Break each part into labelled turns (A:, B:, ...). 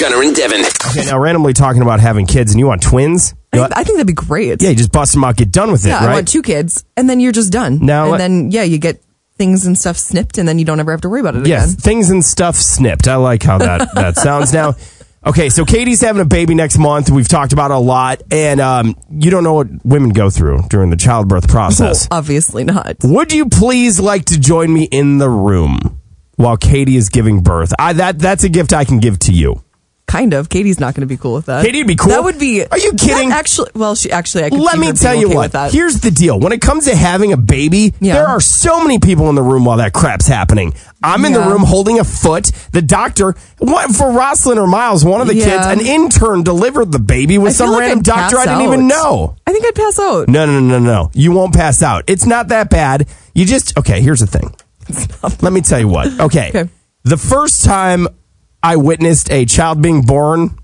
A: Gunner and Devin.
B: Okay, now randomly talking about having kids, and you want twins? You want-
C: I think that'd be great.
B: yeah, you just bust them out, get done with it,
C: Yeah,
B: right?
C: I want two kids, and then you're just done.
B: Now
C: and
B: what-
C: then yeah, you get things and stuff snipped, and then you don't ever have to worry about it
B: Yes,
C: again.
B: things and stuff snipped. I like how that that sounds now. Okay, so Katie's having a baby next month. We've talked about it a lot, and um, you don't know what women go through during the childbirth process.
C: Well, uh, obviously not.
B: Would you please like to join me in the room while Katie is giving birth? I, that that's a gift I can give to you.
C: Kind of. Katie's not going to be cool with that.
B: Katie'd be cool?
C: That would be.
B: Are you
C: that
B: kidding?
C: Actually, well, she actually. I could
B: Let
C: see
B: me
C: her
B: tell
C: being
B: you
C: okay
B: what.
C: With that.
B: Here's the deal. When it comes to having a baby,
C: Yeah.
B: there are so many people in the room while that crap's happening. I'm in the
C: Yeah.
B: room holding a foot. The doctor, what, for Rosslyn or Miles, one of the kids,
C: Yeah.
B: an intern delivered the baby with
C: I feel
B: some
C: like
B: random
C: I'd
B: doctor I
C: pass
B: didn't
C: out.
B: even know.
C: I think I'd pass out.
B: No, no, no, no, no. You won't pass out. It's not that bad. You just, okay, here's the thing. Let me tell you what. Okay.
C: Okay.
B: The first time I witnessed a child being born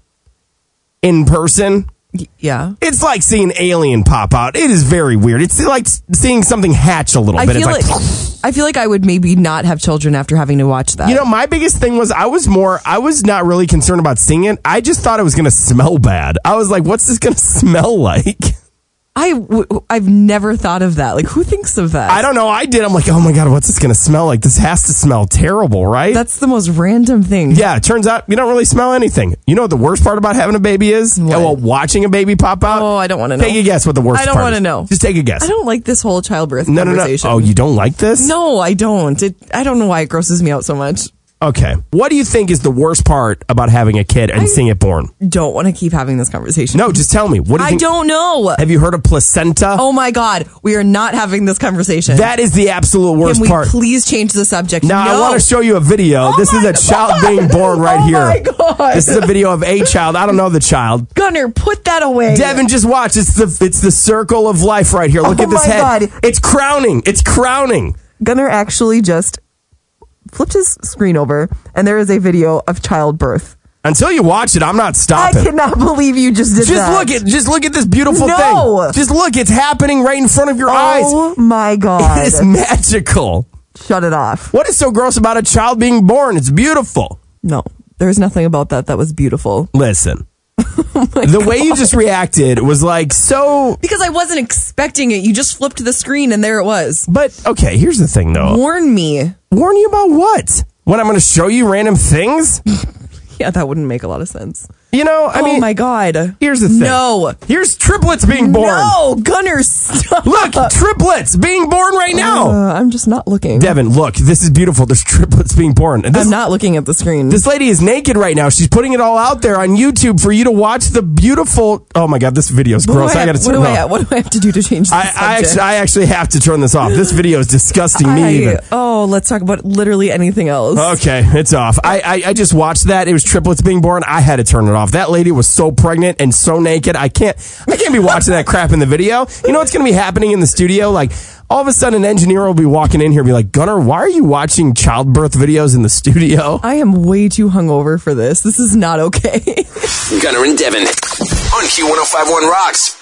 B: in person,
C: Y- Yeah.
B: it's like seeing an alien pop out. It is very weird. It's like seeing something hatch a little
C: I
B: bit. It's
C: feel
B: like,
C: like I feel like I would maybe not have children after having to watch that.
B: you know, my biggest thing was I was more, I was not really concerned about seeing it. I just thought it was going to smell bad. I was like, what's this going to smell like?
C: I w- w- I've never thought of that. Like, who thinks of that?
B: I don't know. I did. I'm like, oh my God, what's this going to smell like? This has to smell terrible, right?
C: That's the most random thing.
B: yeah, it turns out you don't really smell anything. You know what the worst part about having a baby is? Oh,
C: What?
B: Well, watching a baby pop out.
C: Oh, I don't wanna
B: Take
C: know.
B: a guess what the worst
C: I don't
B: part
C: wanna
B: is.
C: know.
B: Just take a guess.
C: I don't like this whole childbirth
B: no, no, no.
C: conversation.
B: Oh, you don't like this?
C: No, I don't. It, I don't know why it grosses me out so much.
B: Okay. What do you think is the worst part about having a kid and seeing it born?
C: Don't want to keep having this conversation.
B: No, just tell me. What do you
C: I
B: think?
C: don't know.
B: Have you heard of placenta?
C: Oh my god, we are not having this conversation.
B: That is the absolute
C: Can
B: worst
C: we
B: part.
C: please change the subject?
B: now
C: no.
B: I want to show you a video.
C: Oh
B: this is
C: my
B: a child
C: God.
B: being born right
C: Oh
B: here.
C: my God.
B: This is a video of a child. I don't know the child.
C: Gunner, put that away.
B: Devin, just watch. It's the it's the circle of life right here. Look
C: Oh
B: at this
C: my
B: head.
C: God.
B: It's crowning. It's crowning.
C: Gunner actually just flipped his screen over, and there is a video of childbirth.
B: Until you watch it, I'm not
C: I
B: stopping.
C: cannot believe you just did
B: just
C: that.
B: look at just look at this beautiful
C: No.
B: thing. Just look. It's happening right in front of your eyes.
C: Oh my god!
B: It is magical.
C: Shut it off.
B: What is so gross about a child being born? It's beautiful.
C: No, there's nothing about that that was beautiful.
B: Listen.
C: Oh
B: the way you just reacted was like so
C: Because I wasn't expecting it. You just flipped the screen and there it was.
B: but okay, here's the thing though.
C: Warn me.
B: Warn you about what? When I'm going to show you random things?
C: Yeah, that wouldn't make a lot of sense.
B: You know, I
C: oh
B: mean,
C: my god.
B: here's the thing.
C: No.
B: Here's triplets being born.
C: No, Gunner, stop.
B: Look, triplets being born right now.
C: Uh, I'm just not looking.
B: Devin, look, this is beautiful. There's triplets being born. And this
C: I'm not looking at the screen.
B: This lady is naked right now. She's putting it all out there on YouTube for you to watch the beautiful. Oh my god, this video's
C: what do
B: gross. I,
C: have-
B: gotta
C: what
B: turn
C: do
B: it
C: I
B: off.
C: have- What do I have to do to change the
B: I, I
C: subject?
B: actually, I actually have to turn this off. This video is disgusting me. even.
C: I- oh, let's talk about literally anything else.
B: Okay, it's off. I, I I just watched that. It was triplets being born. I had to turn it off. That lady was so pregnant and so naked. I can't I can't be watching that crap in the video. You know what's going to be happening in the studio? Like all of a sudden, an engineer will be walking in here, and be like, Gunnar, why are you watching childbirth videos in the studio?
C: I am way too hungover for this. This is not okay.
A: Gunner and Devin on Q1051 Rocks.